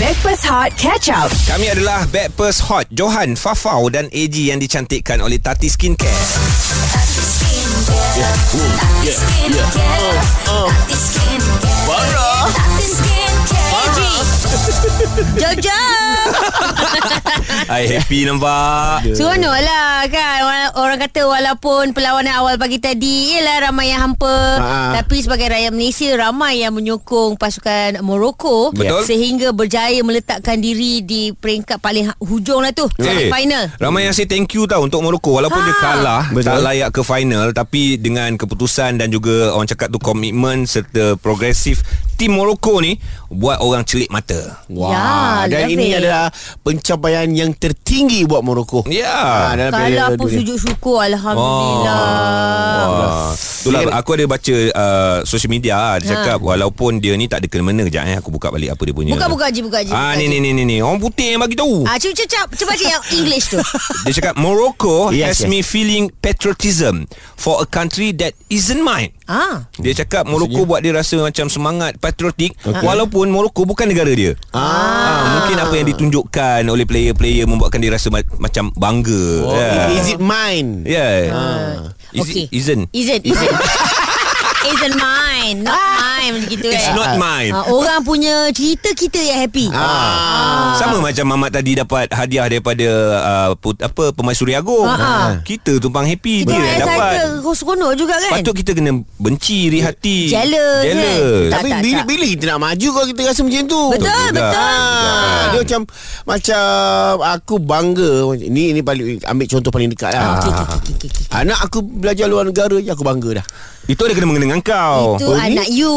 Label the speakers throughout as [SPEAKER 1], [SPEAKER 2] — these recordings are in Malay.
[SPEAKER 1] Backpass Hot Catch Up.
[SPEAKER 2] Kami adalah Backpers Hot Johan, Fafau dan AG yang dicantikkan oleh Tati Skincare
[SPEAKER 3] Parah
[SPEAKER 4] Jojo
[SPEAKER 2] I happy nampak
[SPEAKER 4] Seronok lah kan orang, orang kata walaupun perlawanan awal pagi tadi Ialah ramai yang hampa
[SPEAKER 5] Ha.
[SPEAKER 4] Tapi sebagai rakyat Malaysia Ramai yang menyokong pasukan Morocco
[SPEAKER 2] Betul.
[SPEAKER 4] Sehingga berjaya meletakkan diri Di peringkat paling ha- hujung lah tu
[SPEAKER 2] Eh,
[SPEAKER 4] Final
[SPEAKER 2] Ramai yang say thank you tau Untuk Morocco Walaupun ha. dia
[SPEAKER 4] Ha.
[SPEAKER 2] kalah Betul.
[SPEAKER 5] Betul.
[SPEAKER 2] Tak layak ke final Tapi dengan keputusan Dan juga orang cakap tu Komitmen serta progresif Tim Morocco ni Buat orang celik mata
[SPEAKER 5] Wah,
[SPEAKER 4] Ya,
[SPEAKER 5] dan
[SPEAKER 4] love
[SPEAKER 5] ini
[SPEAKER 4] it.
[SPEAKER 5] adalah pencapaian yang tertinggi buat Morocco.
[SPEAKER 2] Ya.
[SPEAKER 5] Ah, dalam Piala
[SPEAKER 4] Kalau pun
[SPEAKER 5] Dunia.
[SPEAKER 4] sujud syukur Alhamdulillah
[SPEAKER 2] Wah. Ah, Itulah
[SPEAKER 5] Dia-
[SPEAKER 2] aku ada baca uh, social media lah. Dia
[SPEAKER 4] Ha.
[SPEAKER 2] cakap walaupun dia ni tak ada kena-mena kejap eh aku buka balik apa dia punya.
[SPEAKER 4] Buka-buka je Buka je
[SPEAKER 2] Ah
[SPEAKER 4] buka
[SPEAKER 2] ni
[SPEAKER 4] je.
[SPEAKER 2] ni ni ni ni orang putih yang bagi tahu.
[SPEAKER 4] Ah, cuba cuba cuba je yang English tu.
[SPEAKER 2] Dia cakap Morocco has
[SPEAKER 5] Yes, yes.
[SPEAKER 2] me feeling patriotism for a country that isn't mine.
[SPEAKER 4] Ah.
[SPEAKER 2] Dia cakap Morocco buat dia rasa macam semangat patriotik okay. walaupun Morocco bukan negara dia. Ah. ah mungkin apa yang ditunjukkan oleh player-player membuatkan dia rasa ma- macam bangga. Oh, yeah.
[SPEAKER 5] Eh, Is Ah. it mine?
[SPEAKER 2] Yeah. Is
[SPEAKER 4] Okay.
[SPEAKER 2] it, isn't.
[SPEAKER 4] Isn't Isn't Isn't mine Not mine Begitu
[SPEAKER 2] Ah. It's
[SPEAKER 4] eh
[SPEAKER 2] not mine.
[SPEAKER 4] Ah, Orang punya cerita Kita yang happy
[SPEAKER 2] Ah. Sama macam Mamat tadi dapat hadiah daripada uh, put, apa Pemaisuri Agong.
[SPEAKER 4] Ah.
[SPEAKER 2] Kita tumpang happy
[SPEAKER 4] Kita
[SPEAKER 2] dia yang
[SPEAKER 4] yang
[SPEAKER 2] dapat.
[SPEAKER 4] excited Kau seronok juga kan
[SPEAKER 2] Patut kita kena benci iri hati.
[SPEAKER 4] Jealous,
[SPEAKER 2] Jealous.
[SPEAKER 4] kan?
[SPEAKER 5] Tapi
[SPEAKER 4] tak,
[SPEAKER 5] bila,
[SPEAKER 4] tak.
[SPEAKER 5] bila kita nak maju kalau kita rasa macam tu.
[SPEAKER 4] Betul
[SPEAKER 2] Betul
[SPEAKER 4] Betul
[SPEAKER 5] Ah, dia macam macam aku bangga. Ni ni paling ambil contoh paling dekat lah.
[SPEAKER 4] Ah, Okey, okey, okey, okey, okey.
[SPEAKER 5] Anak aku belajar luar negara je aku bangga dah.
[SPEAKER 2] Itu ada kena mengenai dengan kau.
[SPEAKER 4] Itu
[SPEAKER 5] oh, ni-
[SPEAKER 4] anak you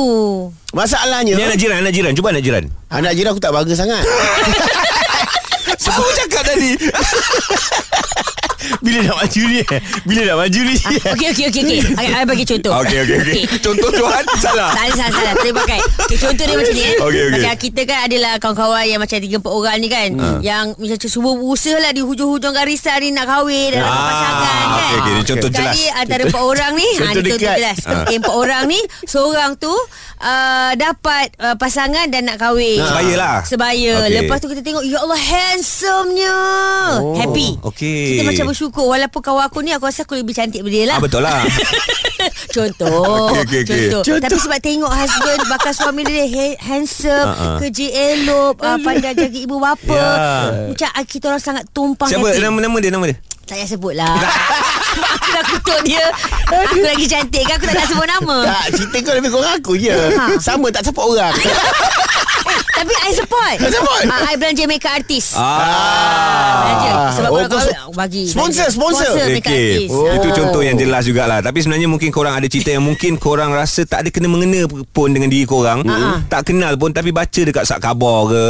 [SPEAKER 5] Masalahnya
[SPEAKER 2] Ni anak jiran, anak jiran. Cuba anak jiran.
[SPEAKER 5] anak jiran aku tak bangga sangat.
[SPEAKER 2] Siapa cakap tadi?
[SPEAKER 5] bila nak maju ni? eh? Bila nak maju ni?
[SPEAKER 4] Okey okey okey okey. Saya bagi contoh
[SPEAKER 2] Okey, okey, okey. Contoh Johan salah.
[SPEAKER 4] Tak ada salah-salah Boleh pakai okay, Contoh dia macam ni eh.
[SPEAKER 2] Okey, okey. Ha.
[SPEAKER 4] Macam kita kan adalah Kawan-kawan yang macam 3-4 orang ni kan Yang macam semua berusaha lah Di hujung-hujung garisan ni Nak kahwin Dan nak dapat
[SPEAKER 2] Ah,
[SPEAKER 4] pasangan kan
[SPEAKER 2] okey, okey. Dia contoh
[SPEAKER 4] Sekali
[SPEAKER 2] jelas.
[SPEAKER 4] antara 4 orang ni ha,
[SPEAKER 5] Contoh
[SPEAKER 4] ni Contoh
[SPEAKER 5] dekat.
[SPEAKER 4] jelas Okay 4 orang ni Seorang tu uh, Dapat uh, pasangan Dan nak kahwin
[SPEAKER 2] Sebaya lah.
[SPEAKER 4] Sebaya
[SPEAKER 2] Okey.
[SPEAKER 4] okay. Lepas tu kita tengok Ya Allah handsomenya oh, Happy
[SPEAKER 2] okey.
[SPEAKER 4] Kita macam bersyukur Walaupun kawan aku ni Aku rasa aku lebih cantik daripada dia lah
[SPEAKER 2] Ah, betul lah.
[SPEAKER 4] Contoh
[SPEAKER 2] Okey, okey, okey.
[SPEAKER 4] Contoh Tapi sebab tengok husband Bakal suami dia he- Handsome
[SPEAKER 2] Ha, ha.
[SPEAKER 4] Kerja elok uh, Pandai jaga ibu bapa
[SPEAKER 2] Ya.
[SPEAKER 4] Macam ah, kita orang sangat tumpang
[SPEAKER 2] Siapa
[SPEAKER 4] happy.
[SPEAKER 2] nama nama dia nama dia?
[SPEAKER 4] Tak payah sebut lah Sebab Aku dah kutuk dia Aku lagi cantik kan Aku tak nak sebut nama
[SPEAKER 5] tak, cerita kau lebih kurang aku je.
[SPEAKER 4] Ha.
[SPEAKER 5] Sama tak support orang.
[SPEAKER 4] Tapi I support
[SPEAKER 5] Kau support?
[SPEAKER 4] Ah, I belanja makeup artist
[SPEAKER 2] Ah.
[SPEAKER 4] Belanja Sebab
[SPEAKER 5] Oh,
[SPEAKER 4] oh,
[SPEAKER 5] kau
[SPEAKER 4] kalau
[SPEAKER 5] su-
[SPEAKER 4] bagi
[SPEAKER 5] Sponsor,
[SPEAKER 4] belanja.
[SPEAKER 5] sponsor.
[SPEAKER 4] Sponsor makeup
[SPEAKER 2] Okey.
[SPEAKER 4] artist
[SPEAKER 2] Oh. Itu
[SPEAKER 4] Ah.
[SPEAKER 2] contoh yang jelas jugalah. Tapi sebenarnya mungkin korang ada cerita yang mungkin korang rasa tak ada kena-mengena pun dengan diri korang.
[SPEAKER 4] Ah, ah.
[SPEAKER 2] Tak kenal pun tapi baca dekat sat khabar ke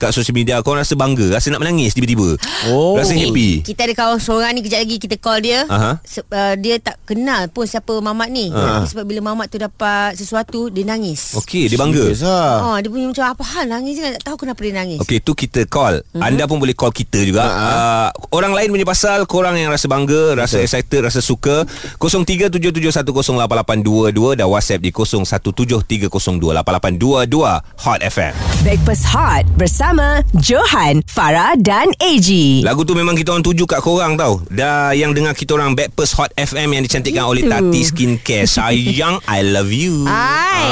[SPEAKER 2] kat social media korang rasa bangga, rasa nak menangis tiba-tiba. Oh. Rasa happy.
[SPEAKER 4] Kita ada kawan seorang ni Kejap lagi kita call dia
[SPEAKER 2] Aha.
[SPEAKER 4] Se- uh, Dia tak kenal pun Siapa Mamat ni uh. Sebab bila Mamat tu dapat Sesuatu Dia nangis
[SPEAKER 2] Okey, dia bangga.
[SPEAKER 5] Serius lah.
[SPEAKER 4] Ah, dia punya macam apa hal nangis ni tak tahu kenapa dia nangis.
[SPEAKER 2] Okey tu kita call mm-hmm. Anda pun boleh call kita juga uh-huh. uh, Orang lain punya pasal Korang yang rasa bangga Rasa Betul. excited Rasa suka 0377108822 Dan whatsapp di 0173028822 Hot FM
[SPEAKER 1] Backpass Hot bersama Johan, Farah dan AG.
[SPEAKER 2] Lagu tu memang kita orang tuju kat korang tau Dah yang dengar kita orang Backpast Hot FM Yang dicantikkan oleh Tati Skincare Sayang I love you Ah.
[SPEAKER 4] Hai.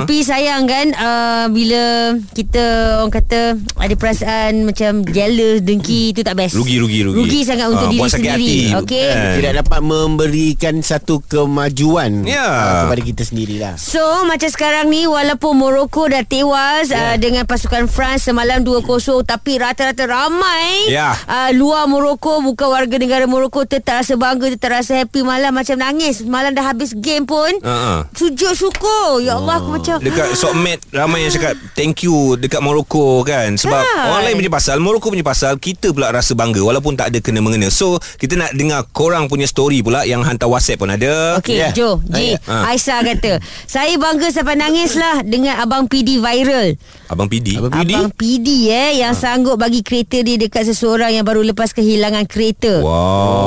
[SPEAKER 4] Tapi sayang kan uh, bila kita orang kata ada perasaan macam jealous, dengki itu tak best.
[SPEAKER 2] Rugi, rugi, rugi.
[SPEAKER 4] Rugi sangat
[SPEAKER 2] Ah,
[SPEAKER 4] untuk diri
[SPEAKER 2] buat sakit
[SPEAKER 4] sendiri.
[SPEAKER 2] hati.
[SPEAKER 4] Okey.
[SPEAKER 2] Eh.
[SPEAKER 5] Tidak dapat memberikan satu kemajuan
[SPEAKER 2] Ya.
[SPEAKER 5] ah, kepada kita sendirilah.
[SPEAKER 4] So macam sekarang ni walaupun Morocco dah tewas
[SPEAKER 2] Ya.
[SPEAKER 4] yeah. uh, dengan pasukan France semalam 2-0 tapi rata-rata ramai
[SPEAKER 2] Ya.
[SPEAKER 4] uh, luar Morocco bukan warga negara Morocco tetap rasa bangga tetap rasa happy malam macam nangis malam dah habis game pun
[SPEAKER 2] Ha-ha.
[SPEAKER 4] sujud syukur ya Allah aku macam
[SPEAKER 2] Ha. Oh, Dekat sokmed Ramai yang cakap Thank you Dekat Morocco kan Sebab
[SPEAKER 4] Kan.
[SPEAKER 2] orang lain punya pasal Morocco punya pasal Kita pula rasa bangga Walaupun tak ada kena-mengena So kita nak dengar Korang punya story pula Yang hantar whatsapp pun ada
[SPEAKER 4] Okey, yeah.
[SPEAKER 5] Yeah.
[SPEAKER 4] Jo, Ji,
[SPEAKER 2] Ah.
[SPEAKER 4] Aisyah kata, saya bangga sampai nangis lah dengan Abang PD viral.
[SPEAKER 2] Abang Ha. PD
[SPEAKER 5] Abang PD?
[SPEAKER 4] Abang PD eh, yang sanggup bagi kereta dia dekat seseorang yang baru lepas kehilangan kereta.
[SPEAKER 2] Wow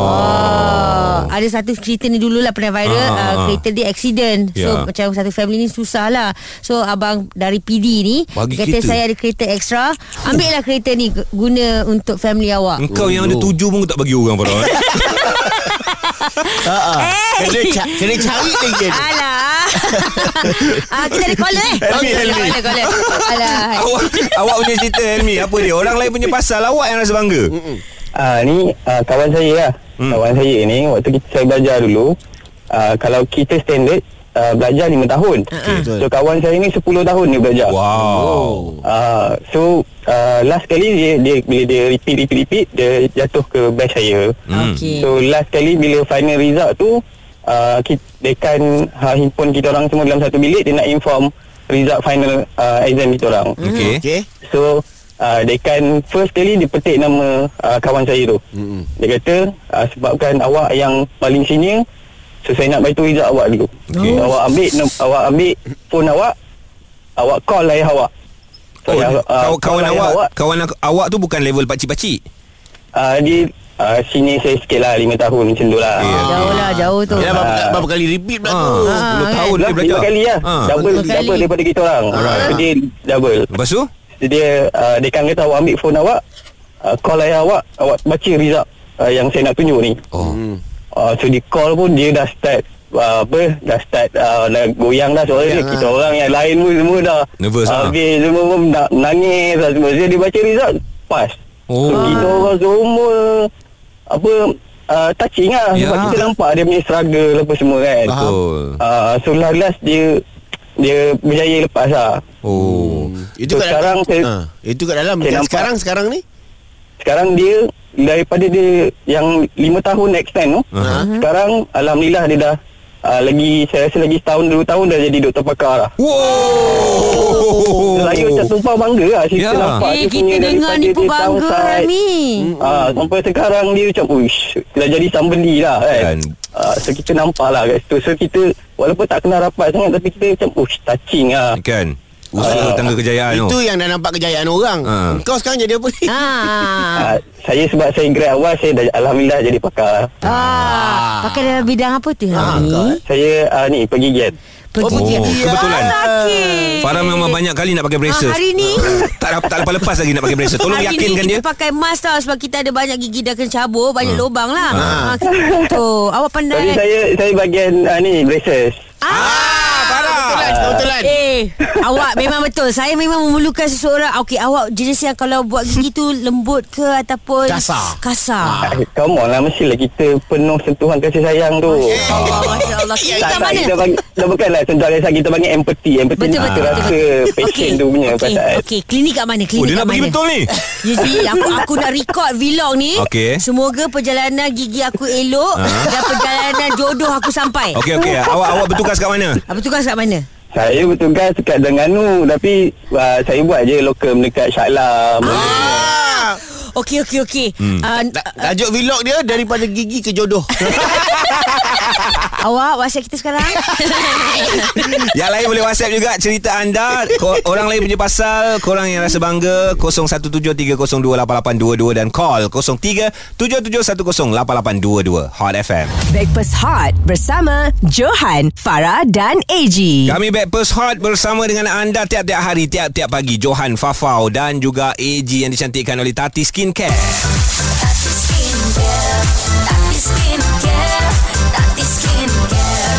[SPEAKER 4] Ah, ada satu cerita ni dululah pernah viral ah,
[SPEAKER 2] Ah, ah, ah.
[SPEAKER 4] uh, kereta dia accident. So
[SPEAKER 2] Ya.
[SPEAKER 4] macam satu family ni susah lah. So abang dari PD ni
[SPEAKER 2] Bagi
[SPEAKER 4] dia kata
[SPEAKER 2] kereta.
[SPEAKER 4] saya ada kereta extra Ambil lah kereta ni gu- Guna untuk family awak
[SPEAKER 2] Engkau yang ada
[SPEAKER 5] Oh.
[SPEAKER 2] tujuh pun kau tak bagi orang Farah
[SPEAKER 5] Ha ah.
[SPEAKER 4] Eh.
[SPEAKER 5] Kena, ca- kena cari lagi. ni.
[SPEAKER 4] Alah ah, Kita ada caller eh
[SPEAKER 5] Helmi,
[SPEAKER 4] Caller,
[SPEAKER 5] Helmi.
[SPEAKER 4] caller, caller. Alah
[SPEAKER 2] Awak awak punya cerita Helmi Apa dia Orang lain punya pasal Awak yang rasa bangga
[SPEAKER 6] Ah ni ah, kawan saya lah.
[SPEAKER 2] Hmm.
[SPEAKER 6] Hmm. Kawan saya ni waktu kita saya belajar dulu ah, kalau kita standard ah, belajar 5 tahun.
[SPEAKER 2] Hmm.
[SPEAKER 5] Betul.
[SPEAKER 6] So kawan saya ni 10 tahun dia belajar.
[SPEAKER 2] Wow
[SPEAKER 6] Ah so ah, last kali dia dia bila dia repeat repeat repeat dia jatuh ke batch saya.
[SPEAKER 2] Hmm.
[SPEAKER 4] Okey.
[SPEAKER 6] So last kali bila final result tu uh, kita, dekan ha, himpun kita orang semua dalam satu bilik dia nak inform result final uh, exam kita orang.
[SPEAKER 2] Okey
[SPEAKER 5] Okey.
[SPEAKER 6] So uh, dekan first kali dia petik nama uh, kawan saya tu.
[SPEAKER 5] Mm-mm.
[SPEAKER 6] Dia kata uh, sebabkan awak yang paling senior so saya nak baitu result awak dulu.
[SPEAKER 2] Okey.
[SPEAKER 6] So, awak ambil nem- awak ambil phone awak awak call ayah awak. So,
[SPEAKER 2] Oh,
[SPEAKER 6] ayah,
[SPEAKER 2] dia-
[SPEAKER 6] ah,
[SPEAKER 2] kawan, kawan
[SPEAKER 6] call ayah
[SPEAKER 2] awak, Kawan aku- awak tu bukan level pakcik-pakcik
[SPEAKER 6] uh, dia uh, senior saya sikit lah 5 tahun macam tu lah.
[SPEAKER 2] Ya.
[SPEAKER 4] Jauh lah jauh tu
[SPEAKER 5] Yalah berapa,
[SPEAKER 6] Ah.
[SPEAKER 5] berapa kali repeat pula tu.
[SPEAKER 2] ha, 10
[SPEAKER 4] kan?
[SPEAKER 2] Ah. tahun
[SPEAKER 6] Lah,
[SPEAKER 2] dia
[SPEAKER 6] lima
[SPEAKER 2] belajar
[SPEAKER 6] kali lah
[SPEAKER 2] Ha.
[SPEAKER 6] Double,
[SPEAKER 4] Lima kali.
[SPEAKER 6] double daripada kita orang
[SPEAKER 2] Alright.
[SPEAKER 6] So, Dia double
[SPEAKER 2] Lepas tu
[SPEAKER 6] So, Dia uh, Dia kan kata awak ambil phone awak uh, Call ayah awak Awak baca result uh, Yang saya nak tunjuk ni
[SPEAKER 2] Oh
[SPEAKER 6] uh, So di call pun Dia dah start uh, Apa Dah start uh, Dah goyang dah suara dia Kita orang yang lain pun Semua dah
[SPEAKER 2] Ya. Nervous,
[SPEAKER 6] uh,
[SPEAKER 2] ha?
[SPEAKER 6] Habis semua pun nak Nangis lah semua So dia baca result Pass
[SPEAKER 2] Oh.
[SPEAKER 6] So kita orang semua Apa uh, Touching lah
[SPEAKER 2] Ya.
[SPEAKER 6] Sebab kita nampak Dia punya struggle Apa semua kan
[SPEAKER 2] Betul
[SPEAKER 6] Ah, so last last dia dia berjaya lepas lah.
[SPEAKER 2] Oh
[SPEAKER 5] Itu
[SPEAKER 6] So,
[SPEAKER 5] kat
[SPEAKER 6] sekarang
[SPEAKER 5] ha,
[SPEAKER 6] saya-
[SPEAKER 5] itu kat dalam.
[SPEAKER 6] saya
[SPEAKER 5] Yang
[SPEAKER 6] nampak.
[SPEAKER 5] sekarang sekarang ni.
[SPEAKER 6] Sekarang dia daripada dia yang 5 tahun extend tu.
[SPEAKER 2] Aha.
[SPEAKER 6] Sekarang alhamdulillah dia dah uh, lagi saya rasa lagi setahun dua tahun dah jadi doktor pakar lah.
[SPEAKER 2] Wow
[SPEAKER 6] So, saya macam tumpah bangga lah cerita
[SPEAKER 2] Oh. Ya.
[SPEAKER 6] nampak
[SPEAKER 4] Eh
[SPEAKER 6] dia punya
[SPEAKER 4] kita dengar
[SPEAKER 6] daripada
[SPEAKER 4] ni pun
[SPEAKER 6] dia
[SPEAKER 4] bangga
[SPEAKER 6] downside.
[SPEAKER 4] Rami
[SPEAKER 2] Hmm.
[SPEAKER 6] Ah, sampai sekarang dia macam Uish Dah jadi somebody lah kan
[SPEAKER 2] Kan.
[SPEAKER 6] Ah, So kita nampak lah kat situ So kita Walaupun tak kenal rapat sangat Tapi kita macam Uish touching lah
[SPEAKER 2] Kan Usaha
[SPEAKER 6] Ah.
[SPEAKER 2] tangga kejayaan tu
[SPEAKER 5] Itu yang dah nampak kejayaan orang.
[SPEAKER 2] Ha.
[SPEAKER 5] Kau sekarang jadi apa ni?
[SPEAKER 4] Ah.
[SPEAKER 6] Ah, saya sebab saya grad awal saya dah alhamdulillah jadi pakar. lah.
[SPEAKER 4] Ah. Pakai dalam bidang apa tu Rami?
[SPEAKER 6] Saya ah, ni pergi gen.
[SPEAKER 4] Pergi
[SPEAKER 2] Ah, Oh,
[SPEAKER 4] dia.
[SPEAKER 2] kebetulan.
[SPEAKER 4] Ah, sakit.
[SPEAKER 2] Farah memang banyak kali nak pakai braces
[SPEAKER 4] Ah, hari ni.
[SPEAKER 2] tak, dapat- tak lepas-lepas lagi nak pakai braces Tolong
[SPEAKER 4] Hari
[SPEAKER 2] yakinkan
[SPEAKER 4] ni
[SPEAKER 2] dia
[SPEAKER 4] kita pakai mask tau Sebab kita ada banyak gigi dah kena cabur Banyak lubang lah ha. Tu Awak pandai
[SPEAKER 6] Hmm. Tapi saya saya bagian ah, ni braces.
[SPEAKER 2] Ah, Farah
[SPEAKER 4] lah,
[SPEAKER 5] Kebetulan.
[SPEAKER 4] Eh Awak memang betul Saya memang memerlukan seseorang Okey awak jenis yang Kalau buat gigi tu Lembut ke Ataupun
[SPEAKER 5] Kasar.
[SPEAKER 4] Kasar
[SPEAKER 6] Ah, come on lah mestilah kita penuh sentuhan kasih sayang tu.
[SPEAKER 4] Allah Masya
[SPEAKER 2] Ya,
[SPEAKER 4] Allah Kita kat
[SPEAKER 6] Tak, tak,
[SPEAKER 4] mana
[SPEAKER 6] kita bagi, dah bukanlah sentuhan kasih sayang, kita bagi empathy. Empathy
[SPEAKER 4] Betul
[SPEAKER 6] kita
[SPEAKER 4] betul
[SPEAKER 2] ya,
[SPEAKER 6] rasa
[SPEAKER 4] betul.
[SPEAKER 6] patient tu punya
[SPEAKER 4] okay,
[SPEAKER 6] perasaan.
[SPEAKER 4] Okey klinik kat mana
[SPEAKER 2] Oh
[SPEAKER 4] Klinik
[SPEAKER 2] dia
[SPEAKER 4] kat
[SPEAKER 2] nak pergi
[SPEAKER 4] mana
[SPEAKER 2] betul ni
[SPEAKER 4] Jadi aku aku nak record vlog ni.
[SPEAKER 2] Okey. Ah.
[SPEAKER 4] Semoga perjalanan gigi aku elok dan perjalanan jodoh aku sampai.
[SPEAKER 2] Okey okey awak awak bertugas kat mana?
[SPEAKER 4] Apa tugas kat mana?
[SPEAKER 6] Saya bertugas dekat Terengganu tapi ah, saya buat je locum dekat Shah Alam.
[SPEAKER 5] Ah.
[SPEAKER 4] Okey okey okey. Hmm. Uh,
[SPEAKER 5] Ta- Tajuk vlog dia daripada gigi ke jodoh.
[SPEAKER 4] awak WhatsApp kita sekarang.
[SPEAKER 2] Yang lain boleh WhatsApp juga cerita anda. Ko, orang lain punya pasal, korang yang rasa bangga 0173028822 dan call 0377108822 Hot FM.
[SPEAKER 1] Breakfast Hot bersama Johan, Farah dan AG.
[SPEAKER 2] Kami Backpast Hot bersama dengan anda tiap-tiap hari, tiap-tiap pagi. Johan Fafau dan juga AG yang dicantikkan oleh Tati Skincare.
[SPEAKER 3] Tati skincare, Tati skincare, Tati skincare,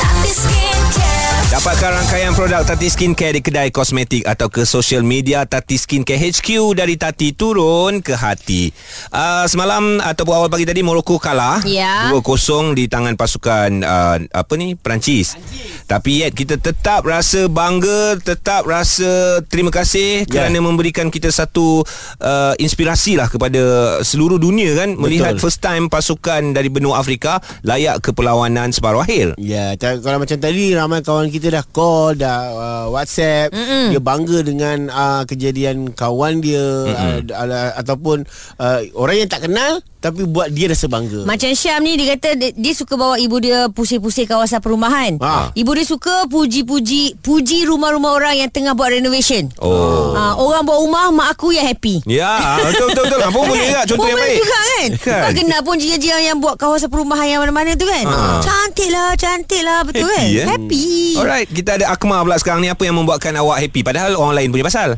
[SPEAKER 3] Tati skincare.
[SPEAKER 2] Dapatkan rangkaian produk Tati Skincare di kedai kosmetik atau ke social media Tati Skincare HQ dari Tati turun ke hati. Uh, semalam ataupun awal pagi tadi Morocco kalah
[SPEAKER 4] Ya.
[SPEAKER 2] 2-0 di tangan pasukan uh, apa ni Perancis. Tapi yet kita tetap rasa bangga, tetap rasa terima kasih
[SPEAKER 5] Ya.
[SPEAKER 2] kerana memberikan kita satu uh, inspirasi lah kepada seluruh dunia kan melihat first time pasukan dari benua Afrika layak ke perlawanan separuh akhir.
[SPEAKER 5] Ya, ta- kalau macam tadi ramai kawan kita dah call, dah uh, WhatsApp, Mm-mm. dia bangga dengan uh, kejadian kawan dia uh, ala, ataupun uh, orang yang tak kenal tapi buat dia rasa bangga.
[SPEAKER 4] Macam Syam ni dia kata dia, dia suka bawa ibu dia pusing-pusing kawasan perumahan.
[SPEAKER 2] Ah.
[SPEAKER 5] Ha.
[SPEAKER 4] Ibu dia suka puji-puji puji rumah-rumah orang yang tengah buat renovation.
[SPEAKER 2] Oh.
[SPEAKER 4] Ah, orang buat rumah mak aku yang happy.
[SPEAKER 2] Ya, betul betul betul. Apa boleh juga contoh
[SPEAKER 4] Pun
[SPEAKER 2] yang
[SPEAKER 4] boleh
[SPEAKER 2] baik.
[SPEAKER 4] juga kan,
[SPEAKER 2] Kan?
[SPEAKER 4] kan? Kau kenal pun jiran-jiran yang buat kawasan perumahan yang mana-mana tu kan
[SPEAKER 2] Ha.
[SPEAKER 4] Cantik lah, cantik lah betul
[SPEAKER 2] Happy,
[SPEAKER 4] kan
[SPEAKER 2] eh?
[SPEAKER 4] Happy
[SPEAKER 2] Alright, kita ada Akmal pula sekarang ni apa yang membuatkan awak happy padahal orang lain punya pasal.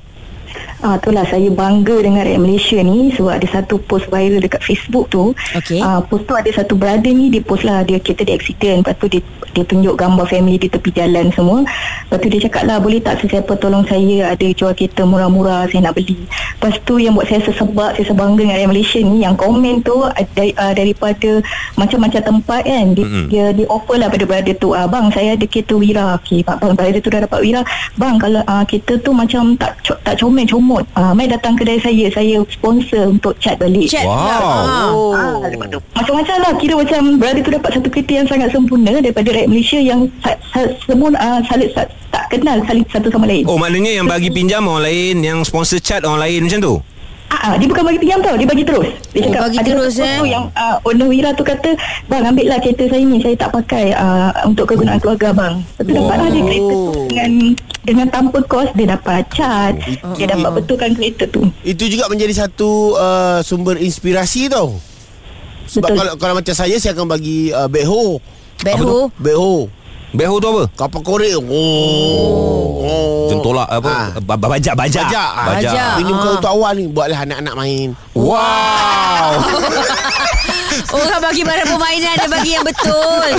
[SPEAKER 7] Ah, itulah saya bangga dengan rakyat Malaysia ni sebab ada satu post viral dekat Facebook tu.
[SPEAKER 4] Okey.
[SPEAKER 7] Ah, post tu ada satu brother ni dia post lah dia kereta dia accident lepas tu dia dia tunjuk gambar family di tepi jalan semua. Lepas tu dia cakap lah boleh tak sesiapa tolong saya ada jual kereta murah-murah saya nak beli. Lepas tu yang buat saya sesebab saya sebangga dengan rakyat Malaysia ni yang komen tu ah, dari, ah, daripada macam-macam tempat kan dia, mm-hmm. dia dia offer lah pada brother tu ah bang saya ada kereta wira okey bang bang, brother tu dah dapat wira bang kalau ah, kereta tu macam tak co- tak comel comot ah mai datang kedai saya saya sponsor untuk cat balik
[SPEAKER 4] Chat
[SPEAKER 2] Wow.
[SPEAKER 4] lah. Ah.
[SPEAKER 5] Oh.
[SPEAKER 7] Ah, lepas tu macam-macam lah kira macam brother tu dapat satu kereta yang sangat sempurna daripada rakyat Malaysia yang sa- sa- semua ah, saling sa- tak kenal saling satu sama lain.
[SPEAKER 2] Oh maknanya yang bagi pinjam orang lain Yang sponsor chat orang lain macam tu
[SPEAKER 7] Ah, ah, dia bukan bagi pinjam tau, dia bagi terus. Dia
[SPEAKER 4] Oh, bagi
[SPEAKER 7] ada
[SPEAKER 4] terus,
[SPEAKER 7] satu
[SPEAKER 4] eh?
[SPEAKER 7] Yang ah, owner Wira tu kata, "Bang, ambil lah kereta saya ni, saya tak pakai ah, untuk kegunaan keluarga bang." Lepas
[SPEAKER 4] Oh.
[SPEAKER 7] tu dapatlah dia kereta tu dengan dengan tanpa kos dia dapat cat.
[SPEAKER 4] Oh.
[SPEAKER 7] Dia dapat betulkan kereta tu.
[SPEAKER 5] Itu juga menjadi satu uh, sumber inspirasi tau. Sebab
[SPEAKER 7] Betul.
[SPEAKER 5] kalau kalau macam saya saya akan bagi uh, beho.
[SPEAKER 4] Beho?
[SPEAKER 5] Beho.
[SPEAKER 2] Beho tu apa?
[SPEAKER 5] Kapal korek. Oh. Oh.
[SPEAKER 2] Macam tolak apa?
[SPEAKER 5] Ah.
[SPEAKER 2] Ha. Bajak Bajak
[SPEAKER 5] Bajak. Ah.
[SPEAKER 2] Bajak
[SPEAKER 4] Bajak.
[SPEAKER 5] Ini bukan untuk awal ni Buatlah anak-anak main
[SPEAKER 2] Wow
[SPEAKER 4] Orang bagi barang permainan Dia bagi yang betul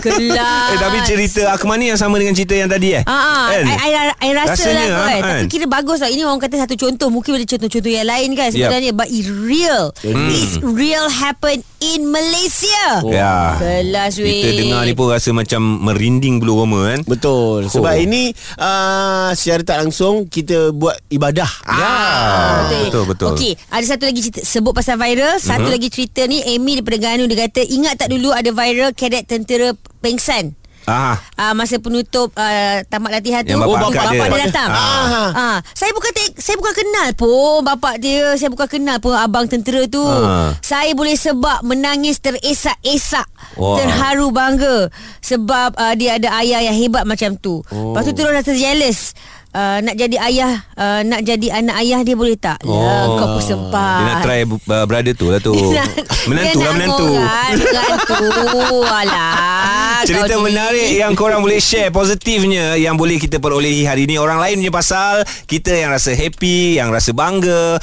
[SPEAKER 4] Kelas
[SPEAKER 2] Eh, tapi cerita Akmal ni yang sama dengan cerita yang tadi eh?
[SPEAKER 4] Ah, ah,
[SPEAKER 2] Kan?
[SPEAKER 4] I, I, I rasa
[SPEAKER 2] Rasanya,
[SPEAKER 4] lah kot
[SPEAKER 2] ah,
[SPEAKER 4] kan. Tapi
[SPEAKER 2] kan?
[SPEAKER 4] kira bagus lah Ini orang kata satu contoh Mungkin ada contoh-contoh yang lain kan
[SPEAKER 2] Yep.
[SPEAKER 4] Sebenarnya But it real hmm. It's real happen In Malaysia oh.
[SPEAKER 2] Ya.
[SPEAKER 4] Kelas weh
[SPEAKER 2] Kita dengar ni pun rasa macam merinding bulu roma kan?
[SPEAKER 5] Betul Sebab
[SPEAKER 2] Oh.
[SPEAKER 5] ini uh, Secara tak langsung Kita buat ibadah Ah,
[SPEAKER 2] Ya. Betul betul.
[SPEAKER 4] Ah, Okey, ada satu lagi cerita sebut pasal viral, satu
[SPEAKER 2] Mhm.
[SPEAKER 4] mm-hmm. lagi cerita ni Amy daripada Ganu dia kata ingat tak dulu ada viral kadet tentera pengsan.
[SPEAKER 2] Ah.
[SPEAKER 4] Uh, masa penutup uh, tamat latihan tu
[SPEAKER 2] Yang bapak
[SPEAKER 4] ibu
[SPEAKER 2] angkat
[SPEAKER 4] bapak
[SPEAKER 2] dia.
[SPEAKER 4] dia, datang.
[SPEAKER 5] Ah.
[SPEAKER 4] Ah. Ah. Saya bukan te- saya bukan kenal pun bapak dia, saya bukan kenal pun abang tentera tu.
[SPEAKER 2] Ah.
[SPEAKER 4] Saya boleh sebab menangis teresak-esak,
[SPEAKER 2] Wah.
[SPEAKER 4] terharu bangga sebab uh, dia ada ayah yang hebat macam tu. Oh. Lepas tu terus rasa jealous. Uh, nak jadi ayah uh, Nak jadi anak ayah Dia boleh tak oh. Ya kau pun sempat
[SPEAKER 2] Dia nak try uh, brother tu lah tu.
[SPEAKER 4] Dia nak- kan,
[SPEAKER 2] menantu
[SPEAKER 4] dia
[SPEAKER 2] lah
[SPEAKER 4] nak
[SPEAKER 2] menantu.
[SPEAKER 4] ngorat, Menantu Alah
[SPEAKER 2] Cerita
[SPEAKER 4] kau ni.
[SPEAKER 2] menarik yang korang boleh share positifnya yang boleh kita perolehi hari ni. Orang lain punya pasal, kita yang rasa happy, yang rasa bangga.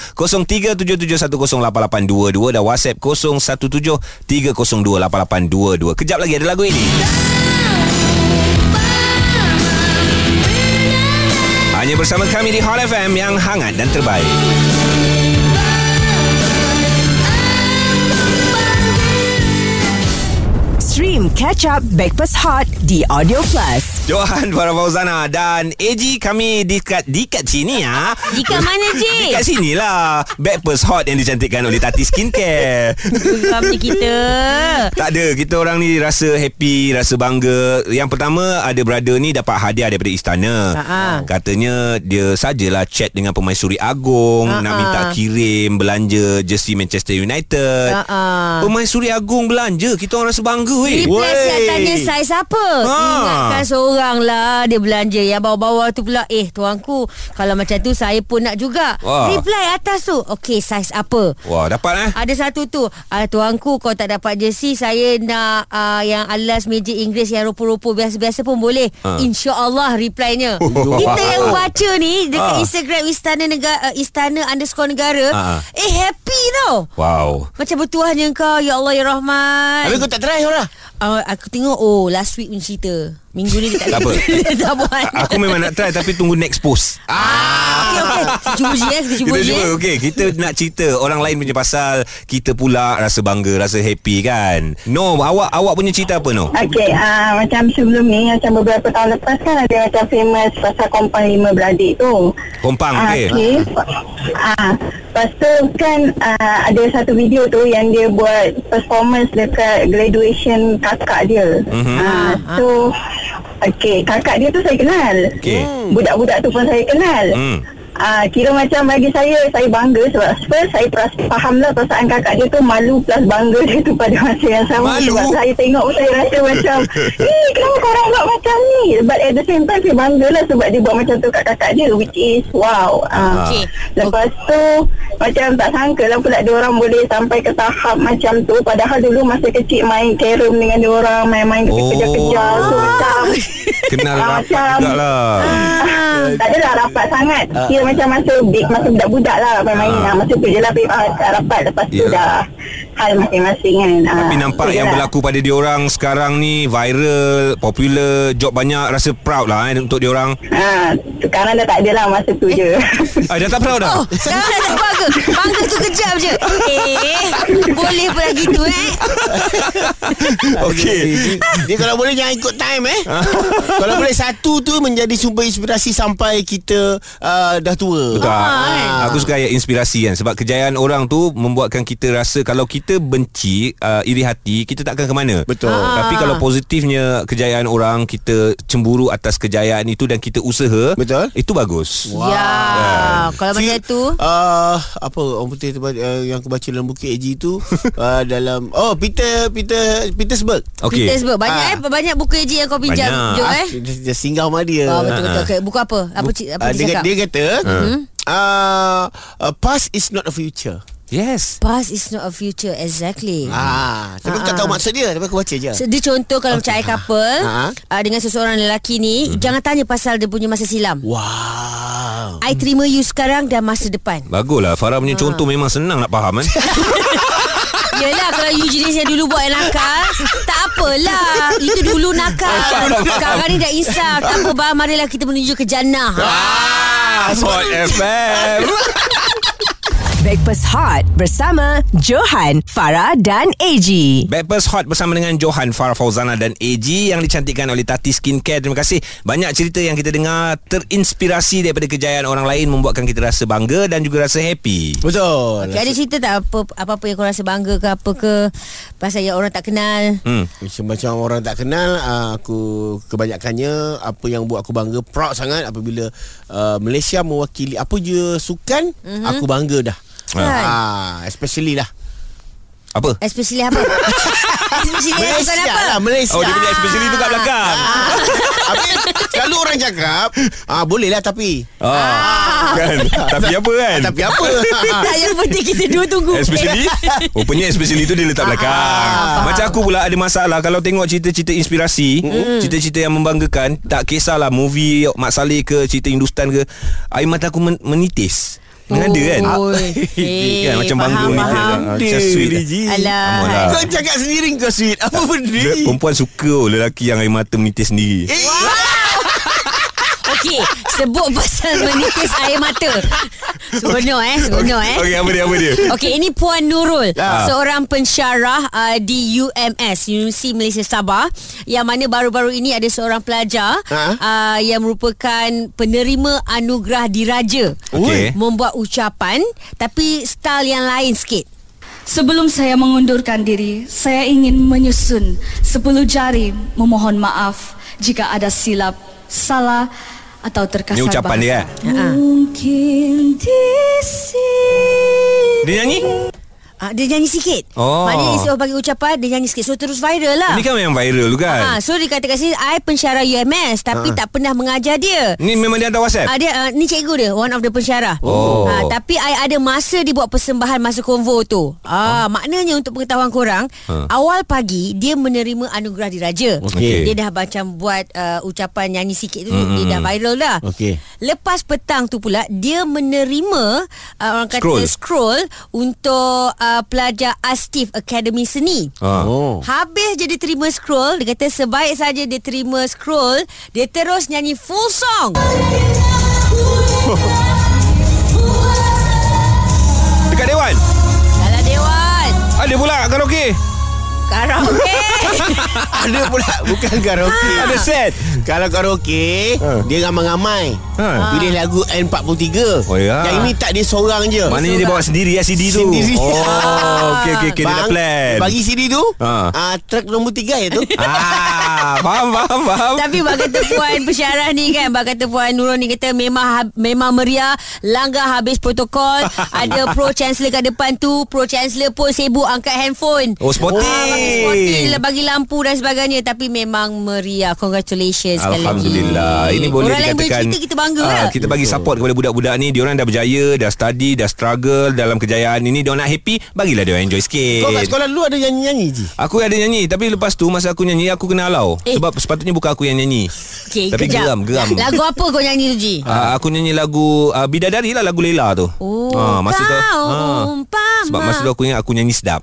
[SPEAKER 2] 0377108822 dan WhatsApp 0173028822. Kejap lagi ada lagu ini. Hanya bersama kami di Hot FM yang hangat dan terbaik.
[SPEAKER 1] Stream Catch Up Breakfast Hot di Audio Plus.
[SPEAKER 2] Johan Farah Fauzana dan AG kami dekat dekat sini ya.
[SPEAKER 4] Dekat mana, Cik?
[SPEAKER 2] Dekat sini lah. Backpast hot yang dicantikkan oleh Tati Skincare.
[SPEAKER 4] Geramnya kita
[SPEAKER 2] tak ada Kita orang ni rasa happy Rasa bangga Yang pertama Ada brother ni Dapat hadiah daripada istana
[SPEAKER 4] Ha-ha.
[SPEAKER 2] Katanya Dia sajalah chat Dengan pemaisuri agung
[SPEAKER 4] Ha-ha.
[SPEAKER 2] Nak minta kirim Belanja Jersey Manchester United
[SPEAKER 4] Ha-ha.
[SPEAKER 2] Pemaisuri agung belanja Kita orang rasa bangga weh
[SPEAKER 4] Reply
[SPEAKER 5] Wey.
[SPEAKER 4] yang tanya saya siapa
[SPEAKER 2] Ha.
[SPEAKER 4] ha. Ingatkan seorang lah Dia belanja Yang bawah-bawah tu pula Eh tuanku Kalau macam tu saya pun nak juga
[SPEAKER 2] Wah.
[SPEAKER 4] Reply atas tu Okey saiz apa
[SPEAKER 2] Wah dapat eh
[SPEAKER 4] Ada satu tu ah, Tuanku kau tak dapat jersey Saya nak ah, Yang alas meja Inggeris Yang rupa-rupa biasa-biasa pun boleh
[SPEAKER 2] Ah.
[SPEAKER 4] ha. InsyaAllah replynya Kita yang baca ni Dekat
[SPEAKER 2] Ah.
[SPEAKER 4] Instagram Istana Negara ah, Istana underscore negara
[SPEAKER 2] Ah.
[SPEAKER 4] Eh happy tau
[SPEAKER 2] Wow
[SPEAKER 4] Macam bertuahnya kau Ya Allah ya Rahman
[SPEAKER 5] Habis kau tak try orang
[SPEAKER 4] Ah, Aku tengok Oh last week punya cerita Minggu ni dia
[SPEAKER 2] Tak
[SPEAKER 4] tak,
[SPEAKER 2] apa.
[SPEAKER 4] dia tak buat
[SPEAKER 2] A- Aku memang nak try Tapi tunggu next post
[SPEAKER 4] Okay okay Cuba je eh Kita cuba
[SPEAKER 2] Ah. Kita
[SPEAKER 4] je
[SPEAKER 2] cuba Okey Kita nak cerita Orang lain punya pasal Kita pula Rasa bangga Rasa happy kan No Awak awak punya cerita apa no
[SPEAKER 7] Okey, uh, macam sebelum ni, macam beberapa tahun lepas kan ada macam famous pasal kompang lima beradik tu.
[SPEAKER 2] Kompang
[SPEAKER 7] Ah,
[SPEAKER 2] okey
[SPEAKER 7] Okey. Ah, lepas tu kan ah, ada satu video tu yang dia buat performance dekat graduation kakak dia.
[SPEAKER 2] Mhm.
[SPEAKER 7] Ah, so okey, kakak dia tu saya kenal.
[SPEAKER 2] Okey.
[SPEAKER 7] Hmm. Budak-budak tu pun saya kenal.
[SPEAKER 2] Hmm.
[SPEAKER 7] Ah, kira macam bagi saya saya bangga sebab first saya peras, fahamlah perasaan kakak dia tu malu plus bangga dia tu pada masa yang sama
[SPEAKER 2] Malu?
[SPEAKER 7] sebab saya tengok pun saya rasa macam eh kenapa korang buat macam ni but at the same time saya bangga lah sebab dia buat macam tu kat kakak dia which is wow ah.
[SPEAKER 4] Okey.
[SPEAKER 7] lepas tu macam tak sangka lah pula dia orang boleh sampai ke tahap macam tu padahal dulu masa kecil main carom dengan dia orang main-main
[SPEAKER 2] Oh.
[SPEAKER 7] kejar-kejar so macam
[SPEAKER 2] Kenal
[SPEAKER 7] Ah,
[SPEAKER 2] rapat
[SPEAKER 7] macam-
[SPEAKER 2] jugalah
[SPEAKER 7] tak Ah, adalah rapat sangat Kira macam masa masa budak-budak lah main-main
[SPEAKER 2] Ah.
[SPEAKER 7] ah. masa tu je lah babe, ah, tak rapat lepas tu
[SPEAKER 2] Yelah.
[SPEAKER 7] dah hal masing-masing kan Ah,
[SPEAKER 2] Tapi nampak
[SPEAKER 7] tu je
[SPEAKER 2] yang
[SPEAKER 7] lah.
[SPEAKER 2] berlaku pada diorang sekarang ni viral, popular, job banyak, rasa proud lah eh, untuk diorang.
[SPEAKER 7] ah, sekarang dah tak ada lah masa tu je
[SPEAKER 2] Ah, dah tak proud dah?
[SPEAKER 4] Oh, sekarang dah tak bangga. Bangga tu kejap je. Eh, boleh pula gitu eh.
[SPEAKER 2] Oh, Okey.
[SPEAKER 5] Dia kalau boleh jangan ikut time eh Kalau boleh satu tu Menjadi sumber inspirasi Sampai kita uh, Dah tua
[SPEAKER 2] Betul.
[SPEAKER 4] kan?
[SPEAKER 2] Ah, aku suka ayat inspirasi kan sebab kejayaan orang tu membuatkan kita rasa kalau kita benci uh, iri hati kita tak akan ke mana.
[SPEAKER 5] Betul.
[SPEAKER 2] Ah. Tapi kalau positifnya kejayaan orang kita cemburu atas kejayaan itu dan kita usaha
[SPEAKER 5] Betul.
[SPEAKER 2] itu bagus.
[SPEAKER 4] Wow. Ya, kalau macam tu.
[SPEAKER 5] uh, Apa Orang putih tu, uh, Yang aku baca dalam buku AG tu uh, Dalam Oh Peter Peter Petersburg
[SPEAKER 2] Okey.
[SPEAKER 4] Kita sebut banyak eh
[SPEAKER 5] Ah.
[SPEAKER 4] banyak buku AJ yang kau pinjam.
[SPEAKER 2] Banyak.
[SPEAKER 4] Jo eh.
[SPEAKER 5] Aku Dia, dia singgah rumah dia
[SPEAKER 4] Oh, betul betul. Okay, buku apa? Apa
[SPEAKER 5] Bu-
[SPEAKER 4] cik apa
[SPEAKER 5] ah,
[SPEAKER 4] dia
[SPEAKER 5] dia,
[SPEAKER 4] cakap? Hmm.
[SPEAKER 5] dia kata
[SPEAKER 2] Hmm.
[SPEAKER 5] uh, uh, Past is not a future
[SPEAKER 2] Yes.
[SPEAKER 4] Past is not a future exactly.
[SPEAKER 5] Ah, Tapi aku tak
[SPEAKER 4] Ah,
[SPEAKER 5] tahu
[SPEAKER 4] ah.
[SPEAKER 5] maksud dia Tapi aku baca je
[SPEAKER 4] So, dia contoh kalau okay. macam I couple
[SPEAKER 5] Ha.
[SPEAKER 4] uh, dengan seseorang lelaki ni mm. jangan tanya pasal dia punya masa silam.
[SPEAKER 5] Wow
[SPEAKER 4] I terima you sekarang dan masa depan.
[SPEAKER 2] Baguslah Farah punya contoh memang senang nak faham kan.
[SPEAKER 4] Yelah kalau you jenis yang dulu buat yang nakal Tak apalah Itu dulu nakal Sekarang ni dah insaf Tak apa bah Marilah kita menuju ke jannah
[SPEAKER 2] ah,
[SPEAKER 5] Ya.
[SPEAKER 2] Spot FM.
[SPEAKER 1] Breakfast Hot bersama Johan, Farah dan AG.
[SPEAKER 2] Backpast Hot bersama dengan Johan Farah Fauzana dan AG yang dicantikkan oleh Tati Skincare. Terima kasih. Banyak cerita yang kita dengar terinspirasi daripada kejayaan orang lain membuatkan kita rasa bangga dan juga rasa happy.
[SPEAKER 5] Betul
[SPEAKER 4] Okay, ada cerita tak apa, apa-apa yang kau rasa bangga ke apa ke Pasal yang orang tak kenal
[SPEAKER 2] Hmm.
[SPEAKER 5] Macam, macam orang tak kenal ah, Aku Kebanyakannya Apa yang buat aku bangga Proud sangat Apabila uh, Malaysia mewakili Apa je sukan
[SPEAKER 4] Mhm.
[SPEAKER 5] mm-hmm. Aku bangga dah
[SPEAKER 4] Kan?
[SPEAKER 5] ah, Especially lah
[SPEAKER 2] Apa?
[SPEAKER 4] Especially apa? Especially bukan
[SPEAKER 5] Malaysia
[SPEAKER 4] apa?
[SPEAKER 5] lah Malaysia
[SPEAKER 2] Oh, dia punya especially tu kat belakang.
[SPEAKER 5] Habis Selalu orang cakap ah, Boleh lah tapi
[SPEAKER 2] Ah, kan. Tapi apa kan?
[SPEAKER 5] Tapi apa
[SPEAKER 4] Tak yang penting kita dua tunggu Eh,
[SPEAKER 2] Especially Rupanya especially tu Dia letak belakang
[SPEAKER 4] Ah.
[SPEAKER 2] Macam aku pula Ada masalah Kalau tengok cerita-cerita inspirasi Cerita-cerita yang membanggakan Tak kisahlah Movie Mak Saleh ke Cerita Hindustan ke Air mata aku men- menitis Mengada kan
[SPEAKER 4] Oi.
[SPEAKER 2] kan Macam
[SPEAKER 4] Eh, Faham,
[SPEAKER 2] bangga menitis
[SPEAKER 4] faham.
[SPEAKER 2] kan? Macam sweet lah.
[SPEAKER 4] Alah
[SPEAKER 5] Kau cakap sendiri kau sweet Apa benda
[SPEAKER 2] Le- Perempuan suka oh, Lelaki yang air mata menitis sendiri
[SPEAKER 4] Eh, Okey Sebut pasal menitis air mata Sebenar eh Sebenar eh
[SPEAKER 2] Okey apa dia apa dia
[SPEAKER 4] Okey, ini Puan Nurul,
[SPEAKER 2] Ya.
[SPEAKER 5] Ah.
[SPEAKER 4] seorang pensyarah uh, di UMS, Universiti Malaysia Sabah, yang mana baru-baru ini ada seorang pelajar
[SPEAKER 2] Ha?
[SPEAKER 5] Ah.
[SPEAKER 4] uh, yang merupakan penerima anugerah diraja.
[SPEAKER 2] Okey.
[SPEAKER 4] Membuat ucapan tapi style yang lain sikit.
[SPEAKER 8] Sebelum saya mengundurkan diri, saya ingin menyusun 10 jari memohon maaf jika ada silap, salah atau terkasar
[SPEAKER 2] Ni ucapan
[SPEAKER 8] bahasa.
[SPEAKER 2] dia, eh?
[SPEAKER 8] Mungkin di sini.
[SPEAKER 2] Dia nyanyi
[SPEAKER 4] Uh, dia nyanyi sikit.
[SPEAKER 2] Oh.
[SPEAKER 4] Maknanya isi orang bagi ucapan, dia nyanyi sikit. So terus viral lah.
[SPEAKER 2] Ini kan yang viral tu
[SPEAKER 4] Ha,
[SPEAKER 2] kan
[SPEAKER 4] so dia kata kat sini I pensyarah UMS Tapi
[SPEAKER 2] Ha.
[SPEAKER 4] tak pernah mengajar dia
[SPEAKER 2] Ni memang dia hantar
[SPEAKER 4] Ah,
[SPEAKER 2] whatsapp
[SPEAKER 4] dia uh, ni cikgu dia, one of the pensyarah.
[SPEAKER 2] Oh.
[SPEAKER 4] Ah, tapi I ada masa dia buat persembahan masa konvo tu. Ah, maknanya untuk pengetahuan korang,
[SPEAKER 2] Ha.
[SPEAKER 4] awal pagi dia menerima anugerah diraja.
[SPEAKER 2] Okey.
[SPEAKER 4] Dia dah macam buat uh, ucapan nyanyi sikit tu mm dia dah viral dah.
[SPEAKER 5] Okey.
[SPEAKER 4] Lepas petang tu pula dia menerima uh, orang kata
[SPEAKER 2] Scroll.
[SPEAKER 4] scroll, scroll untuk uh, pelajar Astif Academy Seni.
[SPEAKER 2] ha.
[SPEAKER 5] Oh
[SPEAKER 4] Habis je dia terima scroll Dia kata sebaik saja dia terima scroll Dia terus nyanyi full song
[SPEAKER 2] Dekat Dewan
[SPEAKER 4] Alah Dewan
[SPEAKER 2] Ada pula karaoke
[SPEAKER 4] Karaoke
[SPEAKER 5] Ada pula Ah, Bukan karaoke
[SPEAKER 2] Ada set
[SPEAKER 5] Kalau karaoke
[SPEAKER 2] Ha.
[SPEAKER 5] Dia ramai-ramai Ah.
[SPEAKER 2] Ha.
[SPEAKER 5] Pilih lagu N43
[SPEAKER 2] Oh, ya.
[SPEAKER 5] Yang ini tak dia seorang je
[SPEAKER 2] Maknanya dia bawa sendiri ya CD tu
[SPEAKER 5] Sendiri.
[SPEAKER 2] Oh okey okey okay, Dia dah
[SPEAKER 5] Bang,
[SPEAKER 2] plan
[SPEAKER 5] Bagi CD tu
[SPEAKER 2] Ha.
[SPEAKER 5] ah, Track nombor 3 itu
[SPEAKER 2] Ah, faham, faham, faham.
[SPEAKER 4] Tapi bang kata puan Pensyarah ni kan Bang kata puan Nurul ni kata Memang ha- memang meriah Langgar habis protokol Ada pro chancellor kat depan tu Pro chancellor pun sibuk Angkat handphone
[SPEAKER 2] Oh, sporting.
[SPEAKER 4] Ah, bagi sporting lah, Bagi lampu dan sebagainya Tapi memang meriah Congratulations sekali lagi.
[SPEAKER 2] Alhamdulillah. Ini boleh
[SPEAKER 4] Orang lain boleh
[SPEAKER 2] dikatakan
[SPEAKER 4] cerita Kita bangga
[SPEAKER 2] ah,
[SPEAKER 4] lah
[SPEAKER 2] Kita bagi support kepada budak-budak ni Diorang dah berjaya Dah study Dah struggle Dalam kejayaan ini Diorang nak happy Bagilah diorang enjoy sikit
[SPEAKER 5] Kau kat sekolah dulu ada nyanyi-nyanyi je
[SPEAKER 2] Aku ada nyanyi Tapi lepas tu Masa aku nyanyi Aku kena halau
[SPEAKER 4] Eh.
[SPEAKER 2] eh. Sebab sepatutnya bukan aku yang nyanyi
[SPEAKER 4] okay,
[SPEAKER 2] Tapi
[SPEAKER 4] kejap.
[SPEAKER 2] geram geram
[SPEAKER 4] Lagu apa kau nyanyi tu Ji?
[SPEAKER 2] Ah, aku nyanyi lagu ah, Bidadari lah lagu Lela tu
[SPEAKER 4] Oh,
[SPEAKER 2] Ah,
[SPEAKER 4] kau
[SPEAKER 2] ah.
[SPEAKER 4] umpama.
[SPEAKER 2] Sebab masa tu aku ingat aku nyanyi sedap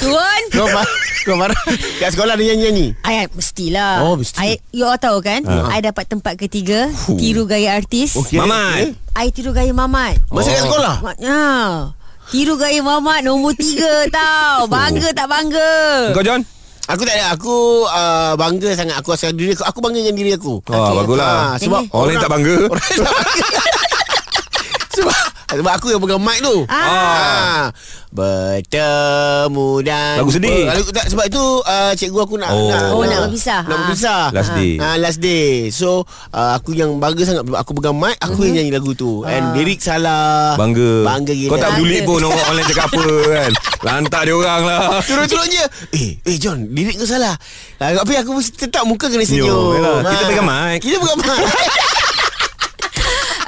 [SPEAKER 4] Tuan
[SPEAKER 5] Kau marah Kau marah Kat sekolah ada nyanyi-nyanyi
[SPEAKER 4] Ayat mestilah
[SPEAKER 5] Oh, mesti.
[SPEAKER 4] I, You all tahu kan uh. I dapat tempat ketiga Tiru gaya artis okay.
[SPEAKER 5] Okey. Oh.
[SPEAKER 2] Mamat
[SPEAKER 4] I tiru gaya mamat
[SPEAKER 5] Masa
[SPEAKER 2] Oh.
[SPEAKER 5] kat sekolah
[SPEAKER 4] Maknya Tiru gaya mamat Nombor tiga tau Bangga tak bangga
[SPEAKER 2] Kau John
[SPEAKER 5] Aku tak ada Aku uh, bangga sangat Aku asal diri aku Aku bangga dengan diri aku
[SPEAKER 2] Oh, okay. baguslah.
[SPEAKER 5] Ah, Sebab
[SPEAKER 2] Orang lain tak bangga.
[SPEAKER 5] Orang lain tak bangga Sebab sebab aku yang pegang mic tu ah. Bertemu dan
[SPEAKER 2] Lagu sedih.
[SPEAKER 5] Lagu, tak, Sebab itu uh, Cikgu aku nak
[SPEAKER 4] Oh,
[SPEAKER 2] Oh.
[SPEAKER 4] nak berpisah.
[SPEAKER 5] Nak
[SPEAKER 4] Ah.
[SPEAKER 5] berpisah
[SPEAKER 2] Last day.
[SPEAKER 5] ah, Last day So uh, Aku yang bangga sangat Aku pegang mic
[SPEAKER 4] Mhm.
[SPEAKER 5] Aku yang nyanyi lagu tu And lirik salah
[SPEAKER 2] Bangga
[SPEAKER 5] Bangga gila
[SPEAKER 2] Kau tak peduli
[SPEAKER 4] Ah. Bangga.
[SPEAKER 2] pun Orang online cakap apa kan Lantak dia orang lah
[SPEAKER 5] Turun-turun je Eh eh John Lirik kau salah Ah, Tapi aku mesti tetap Muka kena
[SPEAKER 2] Senyum,
[SPEAKER 5] senyum
[SPEAKER 2] yalah.
[SPEAKER 5] Ah.
[SPEAKER 2] Kita pegang mic.
[SPEAKER 5] Kita pegang mic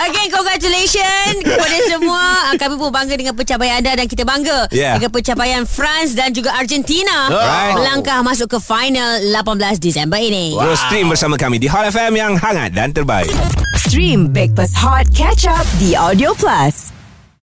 [SPEAKER 4] Again congratulations Kepada semua Ah, Kami pun bangga dengan pencapaian anda Dan kita bangga
[SPEAKER 2] Yeah.
[SPEAKER 4] Dengan pencapaian France Dan juga Argentina
[SPEAKER 2] Alright.
[SPEAKER 4] Melangkah masuk ke final 18 Disember ini
[SPEAKER 2] Terus stream bersama kami Di Hot FM yang hangat dan terbaik
[SPEAKER 1] Stream Breakfast Hot Catch Up The Audio Plus